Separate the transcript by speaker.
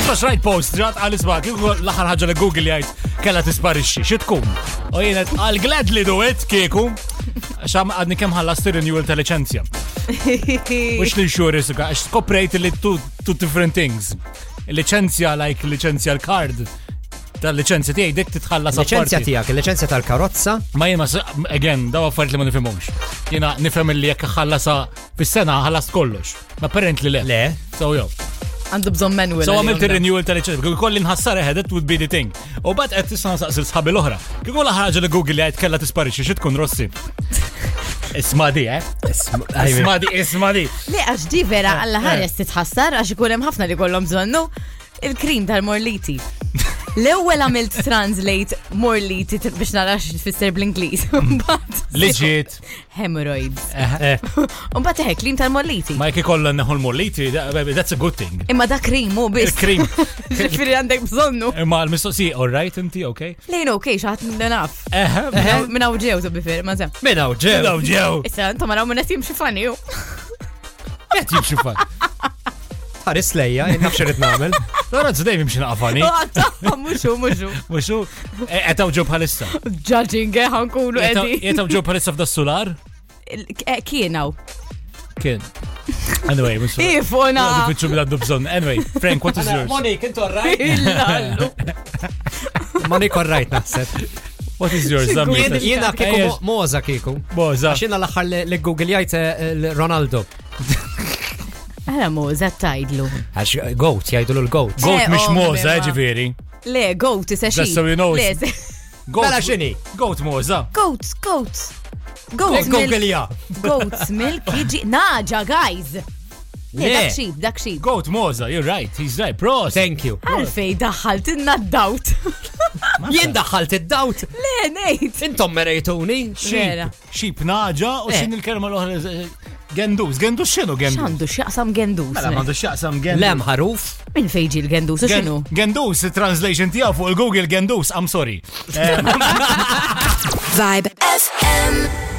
Speaker 1: Imma xrajt post, ġat għal-isma, kieku l-axar ħagġa li Google jgħajt kella tisparixxi, xi tkun. U jienet għal glad li duwet kieku, xam għadni kemm ħallast renewal ta' licenzja. Mux li xuri suka, għax skoprejt li two two different things. Licenzja, like licenzja l-card, tal-licenzja tiegħi dik titħallas
Speaker 2: Licenzja
Speaker 1: apparti.
Speaker 2: tijak, licenzja tal-karozza,
Speaker 1: Ma jien ma s- again, daw affarijiet li ma nifhimhomx. Jiena nifhem li jekk ħallasa fis-sena ħallast kollox. Ma parent li le.
Speaker 2: Le.
Speaker 1: So jew.
Speaker 3: Għandu bżon manual.
Speaker 1: So għamilt
Speaker 3: għal-jom
Speaker 1: il-renewal tal-ċertifikat, kieku kolli nħassar eħed, that would be the thing. U bat għed tisna saqsil sħabi l-ohra. Kieku la ħagġa li Google għed kella tisparixi, xie tkun rossi. Isma di, eh? Isma di, isma di.
Speaker 3: da. Le, għax di vera
Speaker 1: Eh,
Speaker 3: għall-ħares titħassar, għax ikun hemm ħafna li kollhom bżonnu il-krim tal-morliti. L-ewwel għamilt translate morliti t- biex nara x'tfisser bl-Ingliż. Mbagħad-
Speaker 1: Legit.
Speaker 3: Hemorrhoids.
Speaker 1: Eh, eh,
Speaker 3: Mbagħad eħe krim tal-morliti.
Speaker 1: Ma jek kollha neħu l-molliti, da- baby, that's a good thing.
Speaker 3: Imma da krimu biss.
Speaker 1: Il-krim.
Speaker 3: Ġifieri għandek bżonnu.
Speaker 1: Imma l-mistoqsi, all right, inti, ok?
Speaker 3: Lejn okej, xaħat naf.
Speaker 1: Eh,
Speaker 3: Minn hawn ġew tibbi fir, ma sem.
Speaker 2: minna uġġew.
Speaker 1: daw ġew.
Speaker 3: Issa, intom għaraw minn qed jimxi fani ju.
Speaker 1: Qed jibxu fan.
Speaker 2: Ħaris lejja, naf xirrit namel.
Speaker 1: Lora zdej mimxin għafani.
Speaker 3: Għatta, muxu, muxu.
Speaker 1: Muxu, etaw Eh, ġew bħalissa.
Speaker 3: Judging, eh, ħankunu qegħdin.
Speaker 1: Etaw ġew bħalissa f'da solar?
Speaker 3: Eh, Kienaw.
Speaker 1: Kien. Anyway, muxu.
Speaker 2: Ah.
Speaker 3: Ifona.
Speaker 1: Għadu fitxu bil-għaddu bżon. Anyway, Frank, what is yours?
Speaker 2: Moni, kint orrajt.
Speaker 3: Il-lallu.
Speaker 2: Moni korrajt naħseb.
Speaker 1: What is yours?
Speaker 3: Sigur.
Speaker 1: Zammi.
Speaker 3: Jien-
Speaker 2: Jena
Speaker 1: Eh,
Speaker 2: kiku
Speaker 1: yes.
Speaker 2: moza kiku.
Speaker 1: Boza.
Speaker 2: Għaxina l-axar li Google jgħajt Ronaldo.
Speaker 3: Għala muża tajdlu.
Speaker 2: Għax eh, goat, jgħajdu l-goat.
Speaker 3: Eh,
Speaker 1: Goat mish
Speaker 3: oh,
Speaker 1: moza,
Speaker 3: bema.
Speaker 1: ġifiri.
Speaker 3: Le, goat is a sheep.
Speaker 1: That's so you know
Speaker 3: Le,
Speaker 1: it's-
Speaker 3: se-
Speaker 2: Mela xini?
Speaker 1: Goat moza.
Speaker 3: Goat, goat. Goat milk.
Speaker 2: Google ja.
Speaker 3: Goat's milk jiġi. Naġa, guys. Le,
Speaker 2: Le.
Speaker 3: dak sheep, dak sheep.
Speaker 1: Goat moza, you're right, he's right. Prost.
Speaker 2: Thank you.
Speaker 3: Għalfej daħalt inna d-dawt.
Speaker 2: Jien daħħalt id-dawt.
Speaker 3: Le, nejt.
Speaker 2: Intom merejtuni.
Speaker 3: Vera.
Speaker 1: Sheep. Sheep naġa u
Speaker 2: Eh.
Speaker 1: xin il-kelma l-oħra. eh, Gendus, gendus xinu gendus?
Speaker 3: Xandu xaqsam gendus.
Speaker 1: Mela mandu xaqsam gendus.
Speaker 2: Lem ħaruf.
Speaker 3: Min fejġi l-gendus, u
Speaker 1: Gen-
Speaker 3: xinu?
Speaker 1: Gendus, translation tijaw fuq il-Google gendus, I'm sorry.
Speaker 4: Vibe FM.